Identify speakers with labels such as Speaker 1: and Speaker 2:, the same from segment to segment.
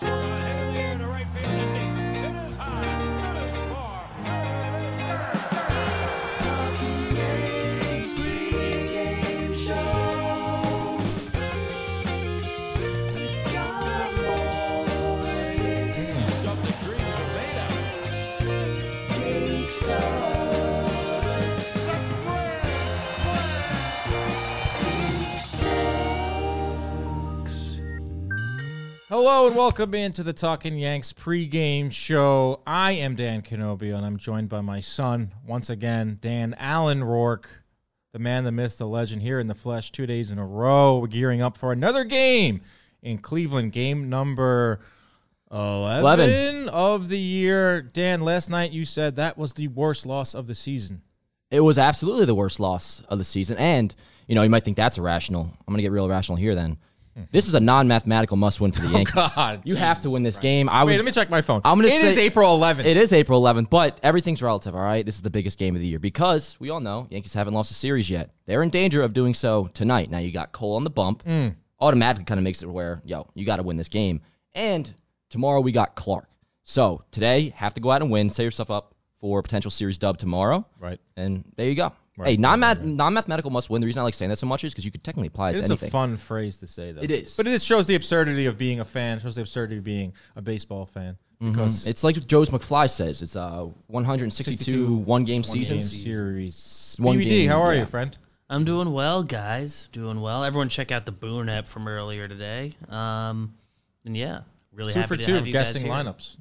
Speaker 1: Shot head in the air to right field and deep. It is high. It is far. It is good. Stuff that dreams are made of.
Speaker 2: Hello and welcome into the Talking Yanks pregame show. I am Dan Canobio and I'm joined by my son, once again, Dan Allen Rourke, the man, the myth, the legend here in the flesh two days in a row. We're gearing up for another game in Cleveland, game number 11,
Speaker 3: 11.
Speaker 2: of the year. Dan, last night you said that was the worst loss of the season.
Speaker 3: It was absolutely the worst loss of the season. And, you know, you might think that's irrational. I'm going to get real irrational here then. This is a non mathematical must win for the Yankees.
Speaker 2: Hmm. Oh, God,
Speaker 3: you have to win this game. I
Speaker 2: Wait,
Speaker 3: was,
Speaker 2: let me check my phone.
Speaker 3: I'm gonna
Speaker 2: It is
Speaker 3: say-
Speaker 2: April 11th.
Speaker 3: It is April 11th, but everything's relative, all right? This is the biggest game of the year because we all know Yankees haven't lost a series yet. They're in danger of doing so tonight. Now you got Cole on the bump.
Speaker 2: Hmm.
Speaker 3: Automatically kind of makes it where, yo, you got to win this game. And tomorrow we got Clark. So today, have to go out and win. Set yourself up for a potential series dub tomorrow.
Speaker 2: Right.
Speaker 3: And there you go. Hey, non mathematical must win. The reason I like saying that so much is because you could technically apply it to
Speaker 2: It's
Speaker 3: anything.
Speaker 2: a fun phrase to say, though.
Speaker 3: It is.
Speaker 2: but it is, shows the absurdity of being a fan. Shows the absurdity of being a baseball fan because
Speaker 3: Mm-hmm. it's like what Joe's McFly says. It's uh, 162 one-game
Speaker 2: game
Speaker 3: seasons.
Speaker 2: series.
Speaker 3: One
Speaker 2: BBD,
Speaker 3: game,
Speaker 2: how are
Speaker 3: yeah.
Speaker 2: you, friend?
Speaker 4: I'm doing well, guys. Doing well. Everyone, check out the Boone app from earlier today. Um, and yeah, really
Speaker 2: Two
Speaker 4: happy
Speaker 2: for
Speaker 4: to
Speaker 2: two
Speaker 4: have
Speaker 2: of
Speaker 4: you guys
Speaker 2: guessing
Speaker 4: here.
Speaker 2: lineups.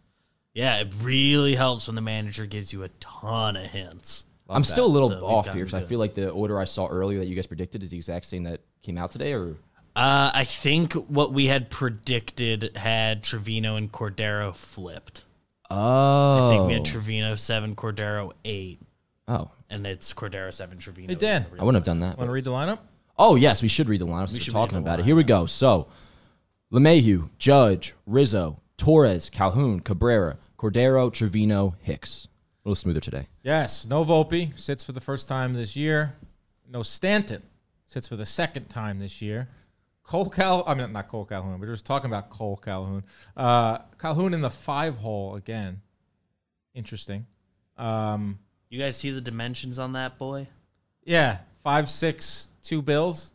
Speaker 4: Yeah, it really helps when the manager gives you a ton of hints.
Speaker 3: I'm still a little
Speaker 4: So we've
Speaker 3: off
Speaker 4: gotten
Speaker 3: here because I
Speaker 4: good.
Speaker 3: feel like the order I saw earlier that you guys predicted is the exact same that came out today. Or
Speaker 4: Uh, I think what we had predicted had Trevino and Cordero flipped.
Speaker 3: oh,
Speaker 4: I think we had Trevino seven, Cordero eight,
Speaker 3: oh,
Speaker 4: and it's Cordero seven, Trevino.
Speaker 2: Hey Dan,
Speaker 3: I wouldn't have done that.
Speaker 2: want to read the lineup?
Speaker 3: Oh yes, we should read the lineups. We are
Speaker 4: should read
Speaker 3: talking
Speaker 4: the
Speaker 3: about it. Here we go. So, Lemayhew, Judge, Rizzo, Torres, Calhoun, Cabrera, Cordero, Trevino, Hicks. A little smoother today.
Speaker 2: Yes, no Volpe sits for the first time this year. No Stanton sits for the second time this year. Cole Cal, I mean not Cole Calhoun. We were just talking about Cole Calhoun. Uh, Calhoun in the five hole again. Interesting. Um,
Speaker 4: You guys see the dimensions on that boy?
Speaker 2: yeah, five six two bills.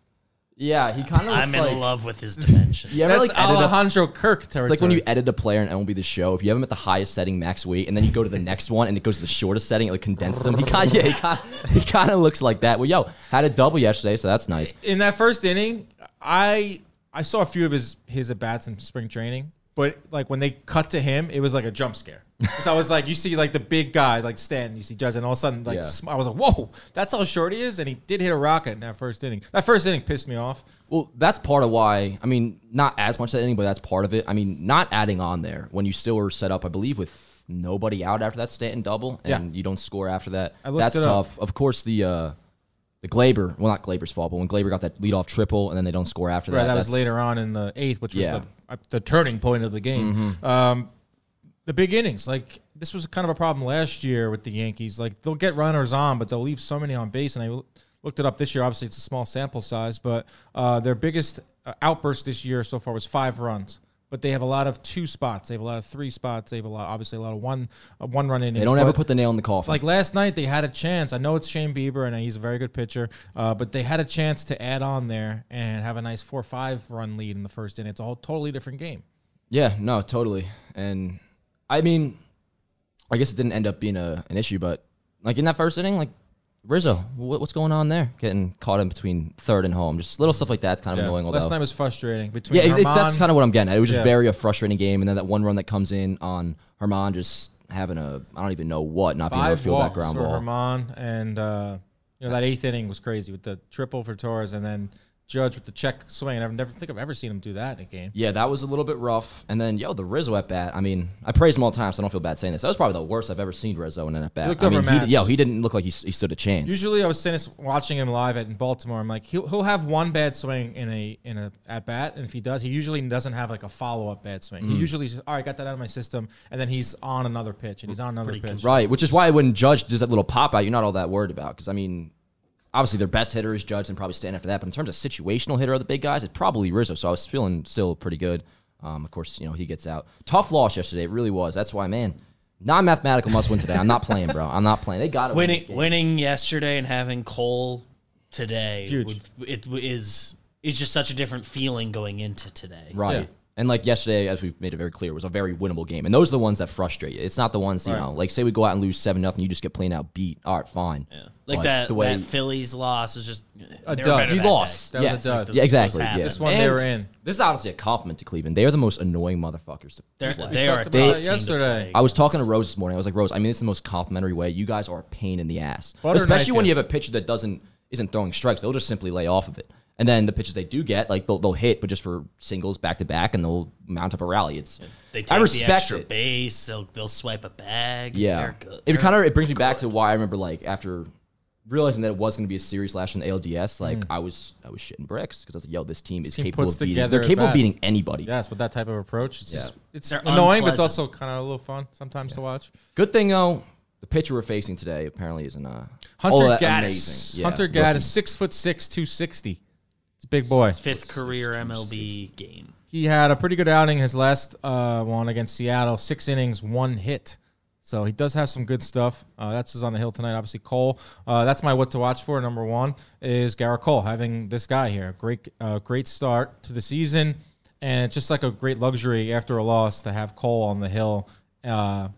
Speaker 3: Yeah, he kind of.
Speaker 4: I'm in love with his dimensions.
Speaker 3: You ever
Speaker 2: That's
Speaker 3: like edit a,
Speaker 2: Alejandro Kirk territory.
Speaker 3: it's like when you edit a player in MLB The Show. If you have him at the highest setting, max weight, and then you go to the next one and it goes to the shortest setting, it like condenses him. He kind, yeah, he kind, he kind of looks like that. Well, yo, had a double yesterday, so that's nice.
Speaker 2: in that first inning, I I saw a few of his his at bats in spring training, but like when they cut to him, it was like a jump scare. so I was like, you see like the big guy like Stanton, you see Judge, and all of a sudden like
Speaker 3: Yeah.
Speaker 2: sm- I was like, whoa, that's how short he is, and he did hit a rocket in that first inning. That first inning pissed me off.
Speaker 3: Well, that's part of why. I mean, not as much that inning, but that's part of it. I mean, not adding on there when you still were set up, I believe, with nobody out after that Stanton double, and
Speaker 2: Yeah.
Speaker 3: you don't score after that.
Speaker 2: I looked
Speaker 3: That's
Speaker 2: it up.
Speaker 3: tough. Of course, the uh, the Glaber, well, not Glaber's fault, but when Glaber got that leadoff triple and then they don't score after
Speaker 2: Right,
Speaker 3: that.
Speaker 2: that was
Speaker 3: that's-
Speaker 2: later on in the eighth, which was
Speaker 3: Yeah. Mm-hmm.
Speaker 2: the, uh, the turning point of the game. Um, the big innings, like this was kind of a problem last year with the Yankees. Like they'll get runners on, but they'll leave so many on base. And I l- looked it up this year. Obviously, it's a small sample size, but uh, their biggest uh, outburst this year so far was five runs. But they have a lot of two spots. They have a lot of three spots. They have a lot, obviously, a lot of one uh, one run innings.
Speaker 3: They don't ever
Speaker 2: but-
Speaker 3: put the nail in the coffin.
Speaker 2: like last night, they had a chance. I know it's Shane Bieber, and he's a very good pitcher, uh, but they had a chance to add on there and have a nice four-five run lead in the first inning. It's a whole totally different game.
Speaker 3: Yeah, no, totally. And I mean, I guess it didn't end up being a, an issue, but like in that first inning, like Rizzo, what, what's going on there? Getting caught in between third and home, just little stuff like that's kind of annoying. Although,
Speaker 2: last night was frustrating between
Speaker 3: yeah, it's, it's, that's
Speaker 2: Herman-
Speaker 3: kind of what I'm getting. at. It was just
Speaker 2: Yeah.
Speaker 3: very a frustrating game, and then that one run that comes in on Herman just having a I don't even know what, not being able to
Speaker 2: five
Speaker 3: feel that
Speaker 2: walks
Speaker 3: ground
Speaker 2: for
Speaker 3: ball.
Speaker 2: Herman, and uh, you know that eighth inning was crazy with the triple for Torres, and then Judge with the check swing. I never think I've ever seen him do that in a game.
Speaker 3: Yeah, that was a little bit rough. And then yo, the Rizzo at bat. I mean, I praise him all the time, so I don't feel bad saying this. That was probably the worst I've ever seen Rizzo in an at bat.
Speaker 2: looked
Speaker 3: I mean, he,
Speaker 2: overmatched.
Speaker 3: yo, he didn't look like he, s- he stood a chance.
Speaker 2: Usually, I was sitting watching him live at in Baltimore. I'm like, he'll he'll have one bad swing in a in a at bat, and if he does, he usually doesn't have like a follow up bad swing.
Speaker 3: Mm.
Speaker 2: He usually says, all right, got that out of my system, and then he's on another pitch, and he's on another pitch.
Speaker 3: Right, which is why when Judge does that little pop out, you're not all that worried about. Because I mean, obviously their best hitter is Judge and probably Stanton after that. But in terms of situational hitter of the big guys, it's probably Rizzo. So I was feeling still pretty good. Um, of course, you know he gets out. Tough loss yesterday. It really was. That's why, man. Non-mathematical must win today. I'm not playing, bro. I'm not playing. They got to win
Speaker 4: winning
Speaker 3: this game.
Speaker 4: winning yesterday and having Cole today
Speaker 2: Huge.
Speaker 4: Would, it w- is it's just such a different feeling going into today.
Speaker 3: Right.
Speaker 2: Yeah.
Speaker 3: And like yesterday, as we've made it very clear, was a very winnable game. And those are the ones that frustrate you. It's not the ones, you
Speaker 2: Right.
Speaker 3: know, like say we go out and lose 7 nothing, you just get plain out beat. All right, fine. Yeah.
Speaker 4: Like that that Phillies loss was just
Speaker 2: A
Speaker 4: they were
Speaker 2: dud.
Speaker 4: better
Speaker 2: You
Speaker 4: that day.
Speaker 3: lost.
Speaker 2: That was a
Speaker 3: Yes.
Speaker 2: dud.
Speaker 3: Yeah, exactly.
Speaker 4: Those
Speaker 3: Yeah.
Speaker 4: happened.
Speaker 2: This one they
Speaker 3: And
Speaker 2: were in.
Speaker 3: This is honestly a compliment to Cleveland. They are the most annoying motherfuckers to
Speaker 4: They're,
Speaker 3: play.
Speaker 4: they are a
Speaker 2: talked
Speaker 4: tough
Speaker 2: about
Speaker 4: team
Speaker 2: it
Speaker 4: to
Speaker 2: yesterday.
Speaker 4: play.
Speaker 3: I was talking to Rose this morning. I was like, Rose, I mean, it's the most complimentary way. You guys are a pain in the ass,
Speaker 2: Butter
Speaker 3: especially
Speaker 2: knife
Speaker 3: when
Speaker 2: you.
Speaker 3: you have a pitcher that doesn't isn't throwing strikes. They'll just simply lay off of it, and then the pitches they do get, like they'll, they'll hit, but just for singles back to back, and they'll mount up a rally. It's
Speaker 4: They take
Speaker 3: I
Speaker 4: the
Speaker 3: respect
Speaker 4: extra
Speaker 3: it.
Speaker 4: base. They'll they'll swipe a bag.
Speaker 3: Yeah,
Speaker 4: They're good.
Speaker 3: it kind of it brings me back to why I remember like after realizing that it was going to be a series last in the ALDS,
Speaker 4: Mm.
Speaker 3: like I was I was shitting bricks because I was like, yo, this team is
Speaker 2: team
Speaker 3: capable
Speaker 2: puts
Speaker 3: of beating.
Speaker 2: together
Speaker 3: They're
Speaker 2: at
Speaker 3: capable of
Speaker 2: bats.
Speaker 3: beating anybody.
Speaker 2: Yes, with that type of approach, it's
Speaker 3: Yeah.
Speaker 2: just- it's
Speaker 4: They're
Speaker 2: annoying, but it's
Speaker 4: unpleasant.
Speaker 2: also kind of a little fun sometimes to watch.
Speaker 3: Good thing though, the pitcher we're facing today apparently isn't uh all
Speaker 2: Hunter
Speaker 3: that
Speaker 2: Gaddis.
Speaker 3: amazing. Yeah,
Speaker 2: Hunter
Speaker 3: rookie.
Speaker 2: Gaddis, six foot six, two sixty. It's a big boy.
Speaker 4: fifth career MLB game.
Speaker 2: He had a pretty good outing in his last uh, one against Seattle. Six innings, one hit. So he does have some good stuff. Uh, that's his on the hill tonight. Obviously, Cole. Uh, that's my what to watch for. Number one is Garrett Cole having this guy here. Great, uh, great start to the season, and it's just like a great luxury after a loss to have Cole on the hill. Uh,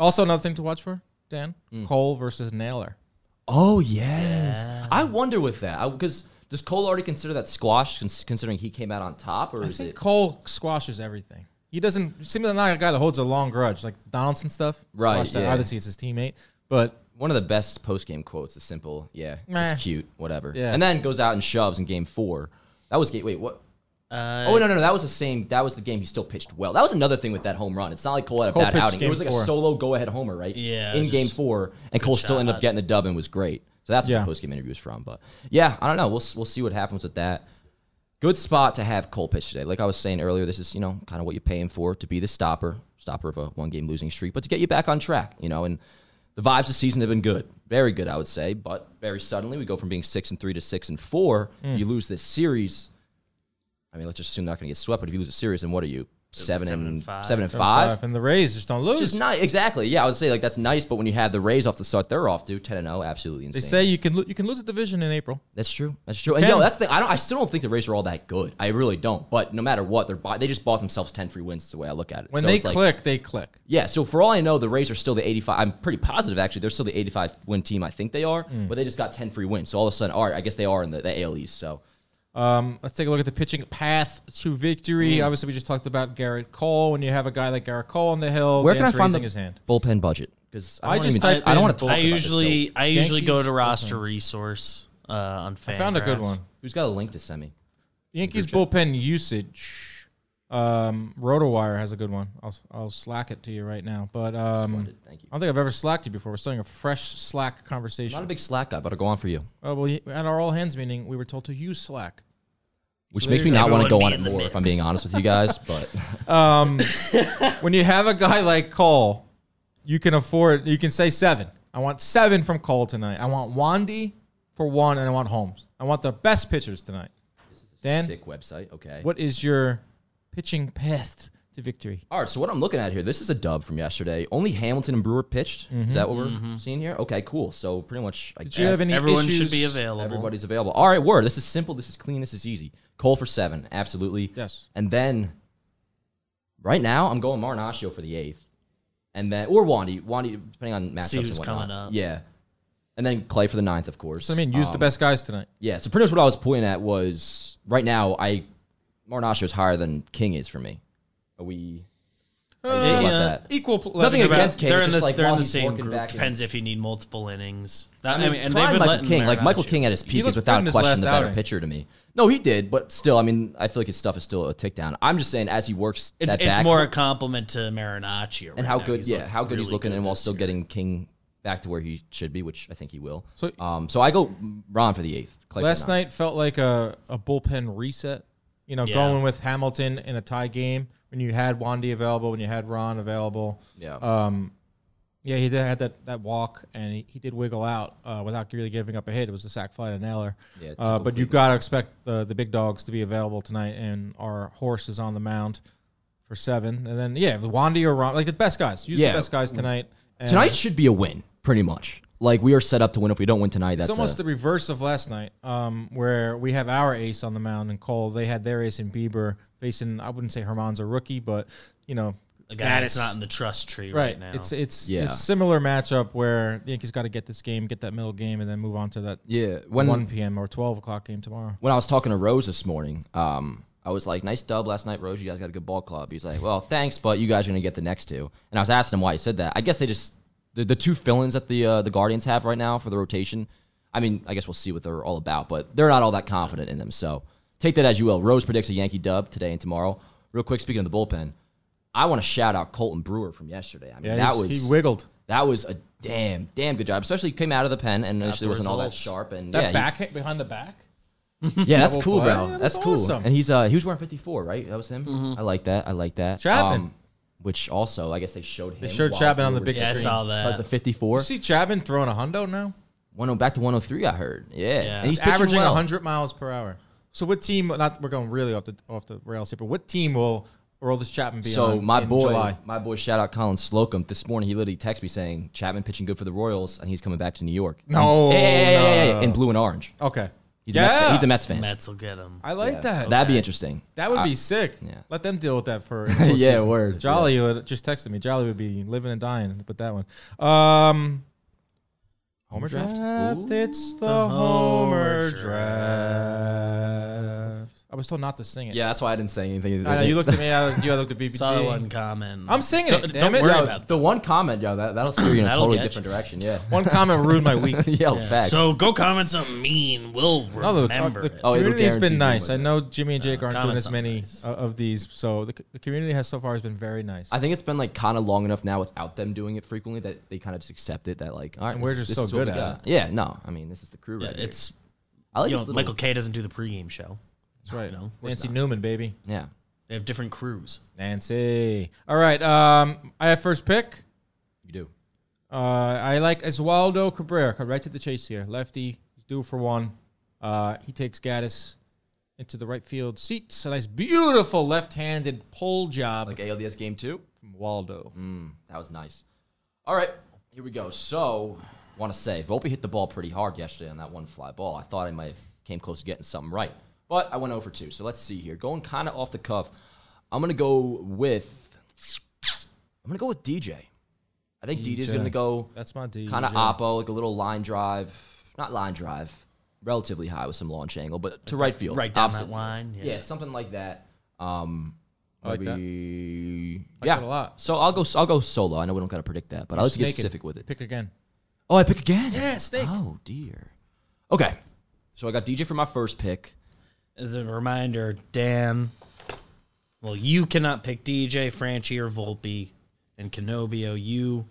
Speaker 2: also, another thing to watch for Dan Cole versus Naylor.
Speaker 3: Oh yes. I wonder with that because does Cole already consider that squash cons- considering he came out on top, or
Speaker 2: I
Speaker 3: is
Speaker 2: think
Speaker 3: it
Speaker 2: Cole squashes everything. He doesn't seem like a guy that holds a long grudge, like Donaldson stuff.
Speaker 3: Right,
Speaker 2: Squashed that.
Speaker 3: yeah.
Speaker 2: Obviously, it's his teammate, but
Speaker 3: one of the best post game quotes? is simple, yeah,
Speaker 2: Meh.
Speaker 3: it's cute, whatever.
Speaker 2: Yeah.
Speaker 3: And then goes out and shoves in game four. That was game. Wait, what?
Speaker 4: Uh,
Speaker 3: Oh no, no, no. That was the same. That was the game. He still pitched well. That was another thing with that home run. It's not like Cole had a
Speaker 2: Cole
Speaker 3: bad
Speaker 2: pitched
Speaker 3: outing. It
Speaker 2: game
Speaker 3: was like a
Speaker 2: four.
Speaker 3: solo go ahead homer, right?
Speaker 4: Yeah, it
Speaker 3: In
Speaker 4: was
Speaker 3: game
Speaker 4: just
Speaker 3: four, and Cole still ended up
Speaker 4: shot.
Speaker 3: getting the dub and was great. So that's where
Speaker 2: Yeah.
Speaker 3: the post game interview was from. But yeah, I don't know. We'll s- we'll see what happens with that. Good spot to have Cole pitch today. Like I was saying earlier, this is you know kind of what you pay him for to be the stopper, stopper of a one game losing streak, but to get you back on track, you know. And the vibes this season have been good, very good, I would say. But very suddenly, we go from being six and three to six and four. If you lose this series, I mean, let's just assume they're not going to get swept. But if you lose a series, then what are you seven,
Speaker 4: seven
Speaker 3: and
Speaker 4: and five.
Speaker 3: seven and
Speaker 2: Seven
Speaker 3: five?
Speaker 2: uh, and the Rays just don't lose.
Speaker 3: Which is nice, exactly. Yeah, I would say like that's nice. But when you have the Rays off the start they're off to ten and zero, absolutely
Speaker 2: they
Speaker 3: insane.
Speaker 2: say you can lo- you can lose a division in April.
Speaker 3: that's true. That's true. And
Speaker 2: Can.
Speaker 3: yo, that's the I don't. I still don't think the Rays are all that good. I really don't. But no matter what, they're bu- they just bought themselves ten free wins. Is the way I look at it.
Speaker 2: When
Speaker 3: So
Speaker 2: they
Speaker 3: it's like-
Speaker 2: click, they click.
Speaker 3: Yeah, so for all I know, the Rays are still the 85. I'm pretty positive, actually. They're still the 85 win team, I think they are,
Speaker 2: Hmm.
Speaker 3: but they just got 10 free wins. So all of a sudden, all right, I guess they are in the, the AL East. So
Speaker 2: Um, let's take a look at the pitching path to victory.
Speaker 3: Mm.
Speaker 2: Obviously, we just talked about Garrett Cole. When you have a guy like Garrett Cole on the hill,
Speaker 3: where can I
Speaker 2: Dan's
Speaker 3: find
Speaker 2: raising
Speaker 3: the
Speaker 2: his hand?
Speaker 3: bullpen budget? Because I,
Speaker 2: I
Speaker 3: don't
Speaker 2: just
Speaker 3: even-
Speaker 2: typed
Speaker 3: I, I don't
Speaker 2: in
Speaker 3: want to talk
Speaker 4: I
Speaker 3: about this
Speaker 4: usually
Speaker 3: still.
Speaker 4: I usually go
Speaker 2: Yankees
Speaker 4: to
Speaker 2: bullpen.
Speaker 4: roster resource uh, on.
Speaker 2: I found a good
Speaker 4: Fangraphs.
Speaker 2: one.
Speaker 3: Who's got a link to send me?
Speaker 2: Yankees bullpen usage. Um, RotoWire has a good one. I'll I'll slack it to you right now. But um,
Speaker 3: Splendid, Thank you.
Speaker 2: I don't think I've ever slacked you before. We're starting a fresh Slack
Speaker 3: I'm not a
Speaker 2: conversation.
Speaker 3: big Slack guy, but I'll go on for you,
Speaker 2: Oh well, y- at our all hands meeting, we were told to use Slack.
Speaker 3: which
Speaker 2: So
Speaker 3: makes
Speaker 2: there
Speaker 3: me
Speaker 2: you
Speaker 3: not
Speaker 4: go.
Speaker 3: want to go
Speaker 4: Everyone
Speaker 3: on
Speaker 4: be
Speaker 3: it
Speaker 4: in the
Speaker 3: more, if I'm being honest with you guys. But
Speaker 2: Um, when you have a guy like Cole, you can afford. You can say seven. I want seven from Cole tonight. I want Wandy for one, and I want Holmes. I want the best pitchers tonight. Dan,
Speaker 3: sick website. Okay.
Speaker 2: what is your pitching path to victory?
Speaker 3: All right, so what I'm looking at here, this is a dub from yesterday. Only Hamilton and Brewer pitched. Is that what we're seeing here? Okay, cool. So pretty much,
Speaker 2: Mm-hmm.
Speaker 3: I
Speaker 2: Did
Speaker 3: guess
Speaker 2: you have any
Speaker 4: Everyone should
Speaker 2: issues?
Speaker 4: be available.
Speaker 3: everybody's available. All right, word. This is simple. This is clean. This is easy. Cole for seven, absolutely.
Speaker 2: Yes.
Speaker 3: And then, right now, I'm going Marinaccio for the eighth, and then or Wandy, Wandy, depending on matchups
Speaker 4: See who's
Speaker 3: and whatnot.
Speaker 4: coming up.
Speaker 3: Yeah. And then Clay for the ninth, of course. Um,
Speaker 2: So I mean, use the best guys tonight.
Speaker 3: Yeah, so pretty much what I was pointing at was right now I Marinaccio is higher than King is for me. Are we? how do you feel about
Speaker 4: yeah.
Speaker 3: that?
Speaker 2: Uh, Equal. pl-
Speaker 3: Nothing
Speaker 2: level.
Speaker 3: against King.
Speaker 4: They're
Speaker 3: it's
Speaker 4: in the,
Speaker 3: just like
Speaker 4: they're in
Speaker 3: while
Speaker 4: the
Speaker 3: he's
Speaker 4: same
Speaker 3: working
Speaker 4: group.
Speaker 3: back in-
Speaker 4: Depends if you need multiple innings. That- I mean,
Speaker 3: prime
Speaker 4: and they've been
Speaker 3: Michael
Speaker 4: letting
Speaker 3: King, like Michael
Speaker 4: Marinaccio-
Speaker 3: King at his peak, is
Speaker 2: looked
Speaker 3: without
Speaker 2: good in his
Speaker 3: question
Speaker 2: last
Speaker 3: the better
Speaker 2: outing.
Speaker 3: pitcher to me. No, he did, but still, I mean, I feel like his stuff is still a tick down. I'm just saying, as he works
Speaker 4: It's,
Speaker 3: that
Speaker 4: it's
Speaker 3: back
Speaker 4: more a compliment to Marinaccio. Right
Speaker 3: and how
Speaker 4: now.
Speaker 3: good,
Speaker 4: He's
Speaker 3: yeah,
Speaker 4: looked
Speaker 3: how good he's
Speaker 4: really
Speaker 3: looking, and while
Speaker 4: this
Speaker 3: still
Speaker 4: year.
Speaker 3: getting King back to where he should be, which I think he will. So,
Speaker 2: So-
Speaker 3: um, so I go Ron for the eighth. Clay for
Speaker 2: Last
Speaker 3: the ninth.
Speaker 2: night felt like a, a bullpen reset. You know,
Speaker 4: Yeah.
Speaker 2: going with Hamilton in a tie game when you had Wandy available, when you had Ron available.
Speaker 3: yeah,
Speaker 4: uh,
Speaker 2: Yeah, he did had that, that walk, and he, he did wiggle out uh, without really giving up a hit. It was a sac fly to Naylor.
Speaker 3: Yeah,
Speaker 2: uh,
Speaker 3: typical
Speaker 2: but you got to expect the the big dogs to be available tonight, and our horse is on the mound. for seven, and then yeah, Wandy or Ron, like the best guys. Use
Speaker 3: Yeah.
Speaker 2: the best guys tonight. And
Speaker 3: Tonight should be a win, pretty much. Like we are set up to win. If we don't win tonight, that's
Speaker 2: It's almost
Speaker 3: almost
Speaker 2: the reverse of last night, um, where we have our ace on the mound and Cole. They had their ace in Bieber facing. I wouldn't say Herman's a rookie, but you know,
Speaker 4: A guy that's not in the trust tree right,
Speaker 2: right.
Speaker 4: now.
Speaker 2: It's it's
Speaker 3: Yeah.
Speaker 2: a similar matchup where the Yankees got to get this game, get that middle game, and then move on to that
Speaker 3: yeah. When
Speaker 2: one p.m. or twelve o'clock game tomorrow.
Speaker 3: when I was talking to Rose this morning, um, I was like, "Nice dub last night, Rose. You guys got a good ball club." He's like, "Well, thanks, but you guys are gonna get the next two. And I was asking him why he said that. I guess they just the, the two fill-ins that the uh, the Guardians have right now for the rotation. I mean, I guess we'll see what they're all about, but they're not all that confident in them. So take that as you will. Rose predicts a Yankee dub today and tomorrow. Real quick, speaking of the bullpen, I want to shout out Colton Brewer from yesterday. I mean,
Speaker 2: Yeah,
Speaker 3: that
Speaker 2: he's-
Speaker 3: was
Speaker 2: he wiggled.
Speaker 3: that was a damn damn good job, especially came out of the pen and initially
Speaker 4: the
Speaker 3: wasn't all that
Speaker 4: results.
Speaker 3: sharp and
Speaker 2: That
Speaker 3: yeah, he-
Speaker 2: back hit behind the back.
Speaker 3: yeah, that's
Speaker 2: Double
Speaker 3: cool,
Speaker 2: play.
Speaker 3: bro.
Speaker 2: Yeah,
Speaker 3: that's
Speaker 2: that's
Speaker 3: cool.
Speaker 2: awesome.
Speaker 3: And he's uh he was wearing 54, right? That was him.
Speaker 4: Mm-hmm.
Speaker 3: I like that. I like that. Um,
Speaker 2: Chapman.
Speaker 3: which also I guess they showed him. They
Speaker 2: showed Chapman on the big
Speaker 4: yeah, I
Speaker 2: screen.
Speaker 4: saw
Speaker 3: That was
Speaker 4: that.
Speaker 3: the 54.
Speaker 2: You see Chapman throwing a hundo now.
Speaker 3: 10 oh, back to 103. I heard. Yeah,
Speaker 4: Yeah.
Speaker 3: and he's
Speaker 2: He's
Speaker 3: pitching
Speaker 2: averaging
Speaker 3: well.
Speaker 2: 100 miles per hour. So what team? Not we're going really off the off the rails here, but what team will Earl Chapman be on?
Speaker 3: So my
Speaker 2: in
Speaker 3: boy,
Speaker 2: July?
Speaker 3: my boy, shout out Colin Slocum. This morning he literally texted me saying Chapman pitching good for the Royals and he's coming back to New York.
Speaker 2: No,
Speaker 3: Hey, hey, hey,
Speaker 2: no,
Speaker 3: hey,
Speaker 2: no,
Speaker 3: hey,
Speaker 2: no.
Speaker 3: in blue and orange.
Speaker 2: Okay.
Speaker 3: He's a Mets fan.
Speaker 2: yeah.
Speaker 3: He's a Mets fan.
Speaker 4: Mets will get him.
Speaker 2: I like that. that.
Speaker 3: That'd be interesting.
Speaker 2: would be sick.
Speaker 3: yeah.
Speaker 2: Let them deal with that for
Speaker 3: Yeah,
Speaker 2: postseason.
Speaker 3: word.
Speaker 2: Jolly would just texted me. Jolly would be living and dying with that one. Um, homer draft. It's the, homer
Speaker 4: homer
Speaker 2: draft.
Speaker 4: draft.
Speaker 2: I was told not to sing it.
Speaker 3: Yeah, that's why I didn't say anything.
Speaker 2: I know you looked at me. I, you I looked at BBD.
Speaker 4: Saw that one comment.
Speaker 2: I'm singing
Speaker 4: Don't-
Speaker 2: it.
Speaker 4: don't
Speaker 2: Damn it.
Speaker 4: worry
Speaker 2: Yo,
Speaker 4: about
Speaker 3: the one comment, yo, that, that'll steer you in a
Speaker 4: That'll
Speaker 3: totally
Speaker 4: get
Speaker 3: different
Speaker 4: you.
Speaker 3: direction. Yeah.
Speaker 2: One comment ruined my week.
Speaker 3: Yo, facts.
Speaker 4: So go comment something mean. We'll
Speaker 2: No, the,
Speaker 4: remember
Speaker 2: the
Speaker 4: it.
Speaker 3: Oh, it'll
Speaker 2: community's
Speaker 3: guarantee
Speaker 2: been
Speaker 3: people
Speaker 2: nice.
Speaker 3: would
Speaker 2: I
Speaker 3: do
Speaker 2: know Jimmy and Jake aren't doing
Speaker 4: comments
Speaker 2: as
Speaker 4: on
Speaker 2: many
Speaker 4: nice.
Speaker 2: uh, of these, so the, c- the community has so far has been very nice.
Speaker 3: I think it's been like kind of long enough now without them doing it frequently that they kind of just accept it. That like, all right,
Speaker 2: And we're
Speaker 3: this-
Speaker 2: just
Speaker 3: this
Speaker 2: so
Speaker 3: is what
Speaker 2: good
Speaker 3: we
Speaker 2: at
Speaker 3: got. Yeah, no, I mean this is the crew right here.
Speaker 4: it's
Speaker 3: I like
Speaker 4: you
Speaker 3: this
Speaker 4: know,
Speaker 3: little-
Speaker 4: Michael K doesn't do the pregame show.
Speaker 2: That's right.
Speaker 4: No, of course
Speaker 2: Nancy Newman, baby.
Speaker 3: Yeah,
Speaker 4: They have different crews.
Speaker 2: Nancy. All right. Um, I have first pick.
Speaker 3: you do.
Speaker 2: Uh, I like Oswaldo Cabrera. Cut right to the chase here. Lefty. He's due for one. Uh, he takes Gaddis into the right field seats. A nice, beautiful left-handed pull job
Speaker 3: Like Mm. ALDS game two.
Speaker 2: from Waldo.
Speaker 3: That was nice. All right, here we go. So, want to say Volpe hit the ball pretty hard yesterday on that one fly ball. I thought I might have came close to getting something right, but I went over two. So let's see here. Going kind of off the cuff, I'm gonna go with I'm gonna go with DJ. I think DJ is
Speaker 2: DJ.
Speaker 3: gonna go
Speaker 2: That's my D.
Speaker 3: kind of
Speaker 2: yeah.
Speaker 3: oppo, like a little line drive, not line drive, relatively high with some launch angle, but to right field,
Speaker 4: Right down
Speaker 3: opposite.
Speaker 4: that line. Yeah.
Speaker 3: Yeah, something like that. Um,
Speaker 2: I like that.
Speaker 3: maybe
Speaker 2: like
Speaker 3: yeah,
Speaker 2: that a lot.
Speaker 3: So I'll go. I'll go solo. I know we don't gotta predict that, but I like to get
Speaker 2: Snake it.
Speaker 3: specific with it.
Speaker 2: Pick again.
Speaker 3: Oh, I pick again.
Speaker 2: Yeah, snake.
Speaker 3: Oh dear. Okay, so I got DJ for my first pick.
Speaker 4: As a reminder, Dan, well, you cannot pick DJ, Franchi, or Volpe. And Canobio, you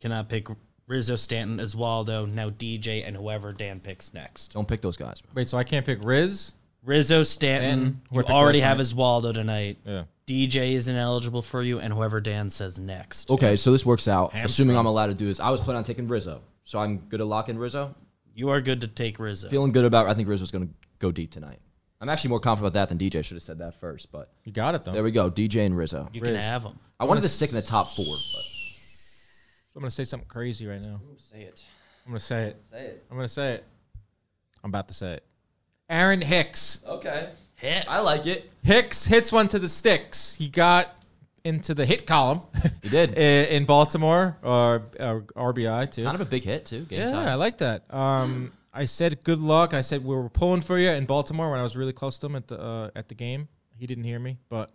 Speaker 4: cannot pick Rizzo, Stanton, Oswaldo, now DJ, and whoever Dan picks next.
Speaker 3: Don't pick those guys. Bro.
Speaker 2: Wait, so I can't pick Riz?
Speaker 4: Rizzo, Stanton,
Speaker 2: Stanton, who I
Speaker 4: you
Speaker 2: picked
Speaker 4: already
Speaker 2: last
Speaker 4: have Oswaldo tonight.
Speaker 2: Yeah.
Speaker 4: DJ is ineligible for you, and whoever Dan says next.
Speaker 3: Okay, so this works out. Assuming I'm allowed to do this, I was planning on taking Rizzo, so I'm good to lock in Rizzo.
Speaker 4: You are good to take Rizzo.
Speaker 3: Feeling good about. I think Rizzo's gonna go deep tonight. I'm actually more confident about that than DJ. Should have said that first, but
Speaker 2: You got it, though.
Speaker 3: there we go. DJ and Rizzo.
Speaker 4: you
Speaker 2: Riz.
Speaker 4: can have him.
Speaker 3: I wanted to stick in the top four, but
Speaker 2: I'm gonna say something crazy right now.
Speaker 3: say it.
Speaker 2: I'm gonna say it.
Speaker 3: Say it.
Speaker 2: I'm gonna say it. I'm about to say it. Aaron Hicks.
Speaker 3: Okay.
Speaker 4: Hicks.
Speaker 3: I like it.
Speaker 2: Hicks hits one to the sticks. He got into the hit column.
Speaker 3: He did.
Speaker 2: i- in Baltimore or, or RBI too.
Speaker 3: Kind of a big hit too. Game
Speaker 2: yeah,
Speaker 3: time.
Speaker 2: I like that. Um, I said good luck. I said we were pulling for you in Baltimore when I was really close to him at the uh, at the game. He didn't hear me, but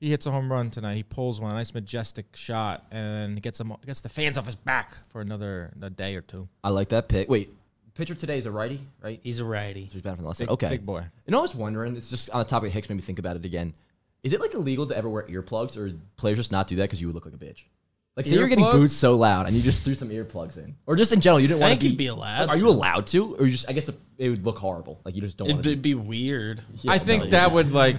Speaker 2: he hits a home run tonight. He pulls one, a nice majestic shot, and gets him gets the fans off his back for another a day or two.
Speaker 3: I like that pick. Wait, pitcher today is a righty, right?
Speaker 4: He's a righty.
Speaker 3: He's batting from the left side.
Speaker 2: Big-
Speaker 3: Okay.
Speaker 2: big boy.
Speaker 3: You know, I was wondering. It's just on the topic of Hicks made me think about it again. Is it like illegal to ever wear earplugs, or players just not do that because you would look like a bitch? Like, say you're getting
Speaker 2: Earplugs?
Speaker 3: booed so loud, and you just threw some earplugs in, or just in general, you didn't want
Speaker 4: think
Speaker 3: to be,
Speaker 4: you'd be allowed
Speaker 3: Are you
Speaker 4: to.
Speaker 3: allowed to, or you just? I guess the, it would look horrible. Like you just don't.
Speaker 4: It'd
Speaker 3: want
Speaker 4: be,
Speaker 3: to.
Speaker 4: be weird.
Speaker 2: I think that would like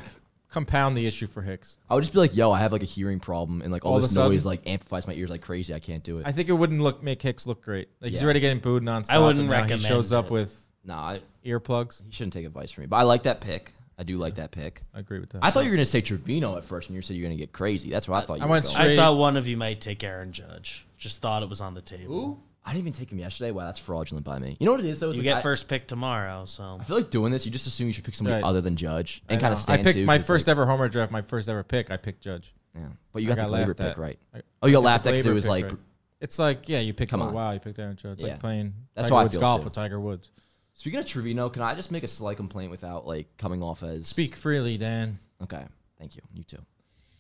Speaker 2: compound the issue for Hicks.
Speaker 3: I would just be like, "Yo, I have like a hearing problem, and like all,
Speaker 2: All of
Speaker 3: this
Speaker 2: a sudden-
Speaker 3: noise like amplifies my ears like crazy. I can't do it."
Speaker 2: I think it wouldn't look make Hicks look great. Like he's
Speaker 3: Yeah.
Speaker 2: already getting booed nonstop.
Speaker 4: I wouldn't
Speaker 2: and now
Speaker 4: recommend
Speaker 2: He shows up
Speaker 4: it.
Speaker 2: with
Speaker 3: nah, I,
Speaker 2: earplugs.
Speaker 3: you shouldn't take advice from me, but I like that pick. I do like that pick.
Speaker 2: I agree with that.
Speaker 3: I thought you were going to say Trevino at first, and you said you're going to get crazy. That's where I thought you
Speaker 2: I
Speaker 3: were
Speaker 2: went
Speaker 3: going.
Speaker 2: straight-
Speaker 4: I thought one of you might take Aaron Judge. Just thought it was on the table.
Speaker 3: I didn't even take him yesterday. Wow, that's fraudulent by me. You know what it is though? It's
Speaker 4: You
Speaker 3: like,
Speaker 4: get
Speaker 3: I-
Speaker 4: first pick tomorrow, so
Speaker 3: I feel like doing this. You just assume you should pick somebody
Speaker 2: Right.
Speaker 3: other than Judge and kind of
Speaker 2: I
Speaker 3: stand
Speaker 2: picked
Speaker 3: to,
Speaker 2: my
Speaker 3: 'cause,
Speaker 2: first ever homer draft. My first ever pick. I picked Judge.
Speaker 3: like, yeah. But you got,
Speaker 2: got
Speaker 3: the Glaber
Speaker 2: laughed
Speaker 3: pick
Speaker 2: at.
Speaker 3: right.
Speaker 2: I-
Speaker 3: oh, you got laughed at because
Speaker 2: Glaber
Speaker 3: it was
Speaker 2: pick,
Speaker 3: like
Speaker 2: right. it's like yeah, you picked
Speaker 3: Come
Speaker 2: him.
Speaker 3: on.
Speaker 2: Wow, you picked Aaron Judge. It's
Speaker 3: Yeah.
Speaker 2: like playing
Speaker 3: That's
Speaker 2: Tiger
Speaker 3: how I
Speaker 2: Woods
Speaker 3: feel,
Speaker 2: golf
Speaker 3: too.
Speaker 2: with Tiger Woods.
Speaker 3: Speaking of Trevino, can I just make a slight complaint without like coming off as
Speaker 2: Speak freely, Dan.
Speaker 3: Okay, thank you. You too.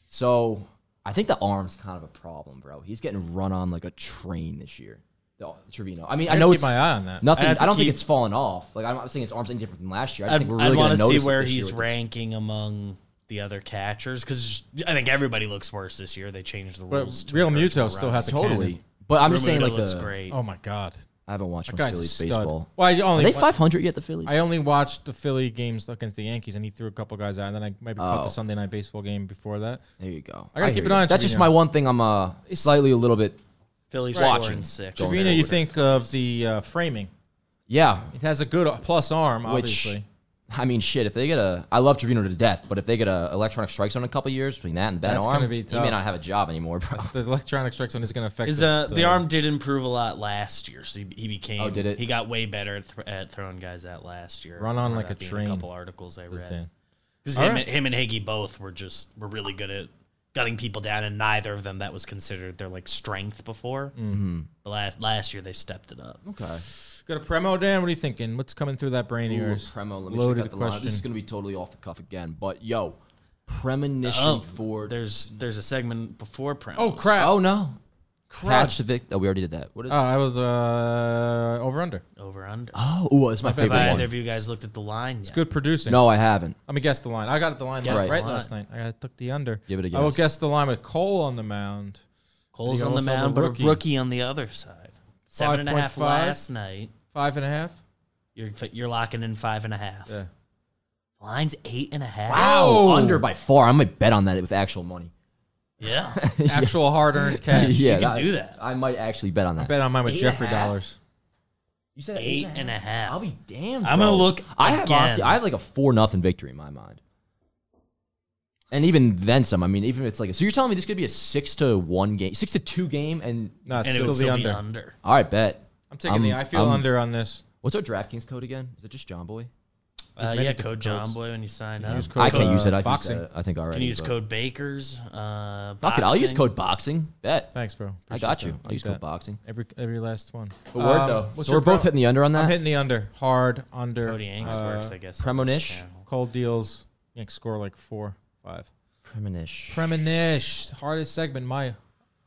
Speaker 3: So I think the arm's kind of a problem, bro. He's getting run on like a train this year. The, Trevino. I mean, I,
Speaker 2: I
Speaker 3: know
Speaker 2: keep
Speaker 3: it's
Speaker 2: my eye on that.
Speaker 3: nothing.
Speaker 4: I
Speaker 3: I,
Speaker 4: have to
Speaker 3: don't think
Speaker 4: keep-
Speaker 3: it's fallen off. Like I'm not saying his arm's any different than last year. I just
Speaker 4: I'd,
Speaker 3: think we're really going
Speaker 4: want to
Speaker 3: to notice
Speaker 4: see
Speaker 3: it
Speaker 4: where
Speaker 3: this year
Speaker 4: he's
Speaker 3: with the-
Speaker 4: ranking among the other catchers because I think everybody looks worse this year. They changed the
Speaker 2: But
Speaker 4: rules. to
Speaker 2: real
Speaker 4: encourage
Speaker 2: Muto
Speaker 4: more
Speaker 2: still
Speaker 4: runs.
Speaker 2: has a
Speaker 3: Totally.
Speaker 2: cannon.
Speaker 3: But I'm just saying,
Speaker 4: Romuto
Speaker 3: like
Speaker 4: looks
Speaker 3: the
Speaker 4: great.
Speaker 2: Oh my god,
Speaker 3: I haven't watched
Speaker 2: that
Speaker 3: much
Speaker 2: guy's a
Speaker 3: Phillies
Speaker 2: stud.
Speaker 3: baseball.
Speaker 2: Well, I
Speaker 3: Are
Speaker 2: only
Speaker 3: they
Speaker 2: wa-
Speaker 3: 500 yet? The Phillies.
Speaker 2: I only watched the Philly games against the Yankees, and he threw a couple guys out, and then I maybe caught
Speaker 3: Oh.
Speaker 2: the Sunday night baseball game before that.
Speaker 3: there you go.
Speaker 2: I gotta keep
Speaker 3: hear
Speaker 2: an eye
Speaker 3: you.
Speaker 2: on
Speaker 3: That's just
Speaker 2: Trevino.
Speaker 3: my one thing. I'm uh slightly a little bit.
Speaker 4: Phillies
Speaker 3: Right.
Speaker 4: four
Speaker 3: Watching.
Speaker 4: and six.
Speaker 3: Don't-
Speaker 2: Trevino, you think of the uh, framing?
Speaker 3: Yeah,
Speaker 2: It has a good plus arm,
Speaker 3: which
Speaker 2: obviously.
Speaker 3: I mean, shit. If they get a, I love Trevino to death, but if they get a electronic strike zone in a couple years between that and that
Speaker 2: That's
Speaker 3: arm,
Speaker 2: gonna be
Speaker 3: he may
Speaker 2: tough.
Speaker 3: not have a job anymore, bro.
Speaker 2: the electronic strike zone is going to affect
Speaker 4: His, uh, the arm did improve a lot last year, so he, he became.
Speaker 3: Oh, did it?
Speaker 4: He got way better at, th- at throwing guys out last year.
Speaker 2: Run on
Speaker 4: Remember
Speaker 2: like
Speaker 4: that
Speaker 2: a
Speaker 4: being
Speaker 2: train,
Speaker 4: A couple articles I
Speaker 2: This
Speaker 4: read.
Speaker 2: thing.
Speaker 4: 'Cause
Speaker 2: All
Speaker 4: him,
Speaker 2: right.
Speaker 4: him and Higgy both were just were really good at gutting people down, and neither of them that was considered their like strength before. Mm-hmm. But last last year they stepped it up.
Speaker 3: Okay.
Speaker 2: Go to Premo, Dan. What are you thinking? What's coming through that brain of
Speaker 3: Ooh,
Speaker 2: yours?
Speaker 3: Premo, let me
Speaker 2: Loaded
Speaker 3: check out the line. This is
Speaker 2: question.
Speaker 3: going to be totally off the cuff again, but yo, premonition
Speaker 4: Oh,
Speaker 3: for.
Speaker 4: There's there's a segment before Prem.
Speaker 2: Oh crap!
Speaker 3: Oh no,
Speaker 2: crap!
Speaker 3: Patch the Vic. Oh, we already did that. What is?
Speaker 2: Uh, I was uh, over under.
Speaker 4: over under.
Speaker 2: Uh,
Speaker 3: oh, ooh, it's my
Speaker 2: bet
Speaker 3: favorite
Speaker 2: that
Speaker 4: Have
Speaker 3: one.
Speaker 4: either of you guys looked at the line? yet?
Speaker 2: Good producing.
Speaker 3: No, I haven't.
Speaker 2: Let me guess the line. I got it the line
Speaker 4: Guess
Speaker 2: last,
Speaker 3: the
Speaker 2: right
Speaker 4: line.
Speaker 2: last night. I got, took the under.
Speaker 3: Give it a
Speaker 2: I will
Speaker 3: guess.
Speaker 2: guess the line with Cole on the mound.
Speaker 4: Cole's
Speaker 2: You
Speaker 4: on the
Speaker 2: also have a
Speaker 4: mound, but
Speaker 2: rookie.
Speaker 4: a rookie on the other side. Seven and a half
Speaker 2: 5.5.
Speaker 4: last night.
Speaker 2: Five and a half.
Speaker 4: You're you're locking in five and a half.
Speaker 2: Yeah.
Speaker 4: Line's eight and a half.
Speaker 2: Wow.
Speaker 3: under by far. I might bet on that with actual money.
Speaker 4: Yeah.
Speaker 2: Actual hard earned cash.
Speaker 3: yeah,
Speaker 4: can do that.
Speaker 3: I might actually bet on that.
Speaker 2: I bet on mine with
Speaker 3: Eight and a
Speaker 2: Jeffrey
Speaker 3: half?
Speaker 2: dollars.
Speaker 3: You said
Speaker 4: Eight and a half.
Speaker 3: I'll be damned.
Speaker 4: I'm gonna
Speaker 3: bro.
Speaker 4: look
Speaker 3: I have
Speaker 4: again.
Speaker 3: honestly, I have like a four nothing victory in my mind. And even then, some. I mean, even if it's like so, you're telling me this could be a six to one game, six to two game, and
Speaker 2: No, it's
Speaker 4: and it
Speaker 2: still
Speaker 4: would
Speaker 2: the
Speaker 4: still
Speaker 2: under.
Speaker 4: be under.
Speaker 3: all right, bet.
Speaker 2: I'm taking
Speaker 3: I'm-
Speaker 2: the. I feel
Speaker 3: I'm-
Speaker 2: under on this.
Speaker 3: What's our DraftKings code again? Is it just John Boy?
Speaker 4: Uh,
Speaker 2: many
Speaker 4: yeah,
Speaker 2: different
Speaker 4: code John
Speaker 2: codes.
Speaker 4: Boy when you sign up.
Speaker 2: use
Speaker 4: Use
Speaker 2: code-
Speaker 3: I can't
Speaker 2: uh,
Speaker 3: use it. I
Speaker 2: boxing.
Speaker 3: Used, I think already.
Speaker 4: can use
Speaker 3: but-
Speaker 4: code Bakers. Uh,
Speaker 3: Fuck it, I'll use
Speaker 4: boxing.
Speaker 3: code boxing. Bet.
Speaker 2: Thanks, bro.
Speaker 3: I
Speaker 2: Appreciate
Speaker 3: got you.
Speaker 2: that.
Speaker 3: I'll use
Speaker 2: Like
Speaker 3: code
Speaker 2: that.
Speaker 3: boxing.
Speaker 2: Every every last one.
Speaker 3: But word
Speaker 2: Um,
Speaker 3: though.
Speaker 2: what's
Speaker 3: So
Speaker 2: your
Speaker 3: we're both
Speaker 2: pro-
Speaker 3: hitting the under on
Speaker 2: I'm
Speaker 3: that.
Speaker 2: hitting the under. Hard under.
Speaker 4: Uh,
Speaker 2: uh,
Speaker 4: Cody Yanks
Speaker 3: Uh,
Speaker 4: works, I guess. on this
Speaker 3: Premonish.
Speaker 4: channel.
Speaker 2: Cold deals. Yanks score like four, five.
Speaker 3: Premonish.
Speaker 2: Premonish. Hardest segment, my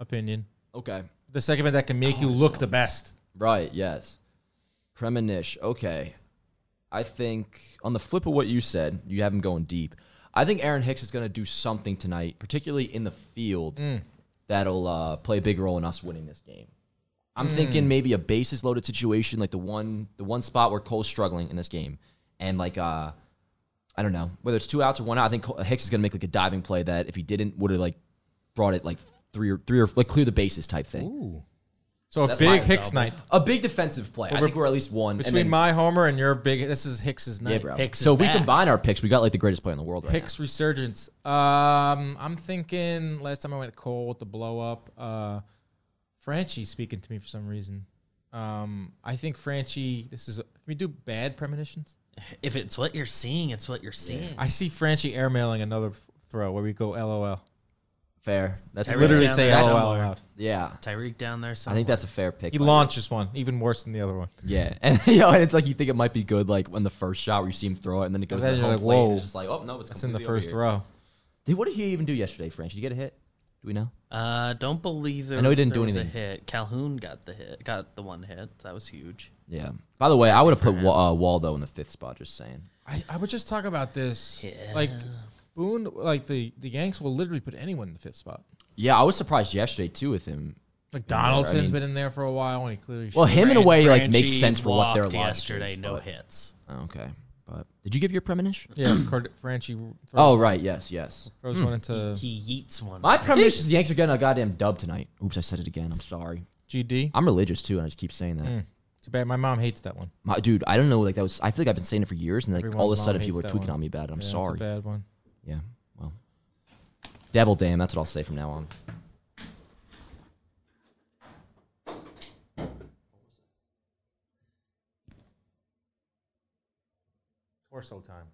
Speaker 2: opinion.
Speaker 3: Okay.
Speaker 2: The segment that can make you look the best.
Speaker 3: Right, yes. Premonish. Okay. I think on the flip of what you said, you have him going deep. I think Aaron Hicks is going to do something tonight, particularly in the field, that'll uh, play a big role in us winning this game. I'm thinking maybe a bases loaded situation, like the one the one spot where Cole's struggling in this game, and like uh, I don't know whether it's two outs or one out. I think Cole, Hicks is going to make like a diving play that if he didn't would have like brought it like three or three or like clear the bases type thing.
Speaker 2: Ooh. So a
Speaker 3: That's
Speaker 2: big
Speaker 3: my
Speaker 2: Hicks night.
Speaker 3: A big defensive play. I
Speaker 2: we're-
Speaker 3: think we're at least one. and
Speaker 2: Between
Speaker 3: then-
Speaker 2: my homer and your big, this is Hicks's night.
Speaker 3: yeah, bro.
Speaker 4: Hicks
Speaker 3: so
Speaker 4: is
Speaker 3: if we
Speaker 4: back.
Speaker 3: combine our picks, we got like the greatest player in the world right
Speaker 2: Hicks resurgence. Um, I'm thinking last time I went to Cole with the blow up. Uh, Franchi's speaking to me for some reason. Um, I think Franchi. This is. can we do bad premonitions?
Speaker 4: If it's what you're seeing, it's what you're seeing.
Speaker 2: I see Franchi airmailing another f- throw where we go LOL.
Speaker 3: now. Fair. That's
Speaker 4: Tyreek
Speaker 2: Literally
Speaker 4: down
Speaker 2: say
Speaker 4: there
Speaker 2: LOL
Speaker 4: somewhere.
Speaker 2: out.
Speaker 3: Yeah.
Speaker 4: Tyreek down there.
Speaker 3: I
Speaker 4: Somewhere.
Speaker 3: think that's a fair pick.
Speaker 2: He
Speaker 3: by
Speaker 2: launches one, even worse than the other one.
Speaker 3: you. Yeah, and you know, and it's like you think it might be good, like when the first shot where you see him throw it, and then it goes.
Speaker 2: then
Speaker 3: to the
Speaker 2: you're
Speaker 3: home
Speaker 2: like,
Speaker 3: plate, and
Speaker 2: whoa.
Speaker 3: It's just like, oh no, it's
Speaker 2: That's in the
Speaker 3: completely over
Speaker 2: first
Speaker 3: here.
Speaker 2: row.
Speaker 3: Dude, what did he even do yesterday, French? Did he get a hit? Do we know?
Speaker 4: Uh, don't believe there.
Speaker 3: I know he didn't
Speaker 4: there
Speaker 3: do
Speaker 4: was
Speaker 3: anything.
Speaker 4: A hit. Calhoun got the hit. Got the one hit. That was huge.
Speaker 3: Yeah. By the way, I would have put Wa- uh, Waldo in the fifth spot. Just saying.
Speaker 2: I, I would just talk about this. Like Boone, like the the Yanks will literally put anyone in the fifth spot.
Speaker 3: Yeah, I was surprised yesterday too with him.
Speaker 2: Like Donaldson's
Speaker 3: mean-
Speaker 2: been in there for a while, and he clearly.
Speaker 3: Well,
Speaker 2: should.
Speaker 3: him in a
Speaker 4: Fran-
Speaker 3: way like makes
Speaker 4: Franchi
Speaker 3: sense for what their
Speaker 4: walked
Speaker 3: logic
Speaker 4: yesterday.
Speaker 3: is,
Speaker 4: no
Speaker 3: but- Oh,
Speaker 4: hits.
Speaker 3: Okay, but did you give your premonition?
Speaker 2: yeah, Cord- Franchi throws,
Speaker 3: Oh right, Hmm. yes, yes.
Speaker 2: throws one into
Speaker 4: He yeets one.
Speaker 3: My premonition is the Yankees are getting a goddamn dub tonight. Oops, I said it again. I'm sorry.
Speaker 2: GD.
Speaker 3: I'm religious too, and I just keep saying that.
Speaker 2: Mm. Too bad. My mom hates that one.
Speaker 3: My, dude, I don't know. Like that was. I feel like I've been saying it for years, and like
Speaker 2: Everyone's
Speaker 3: all of a
Speaker 2: mom
Speaker 3: sudden people
Speaker 2: hates
Speaker 3: are
Speaker 2: that
Speaker 3: tweaking
Speaker 2: one.
Speaker 3: on me about it. I'm
Speaker 2: Yeah, It's
Speaker 3: sorry.
Speaker 2: a bad one.
Speaker 3: Yeah. Well, devil damn. That's what I'll say from now on.
Speaker 2: Torso time.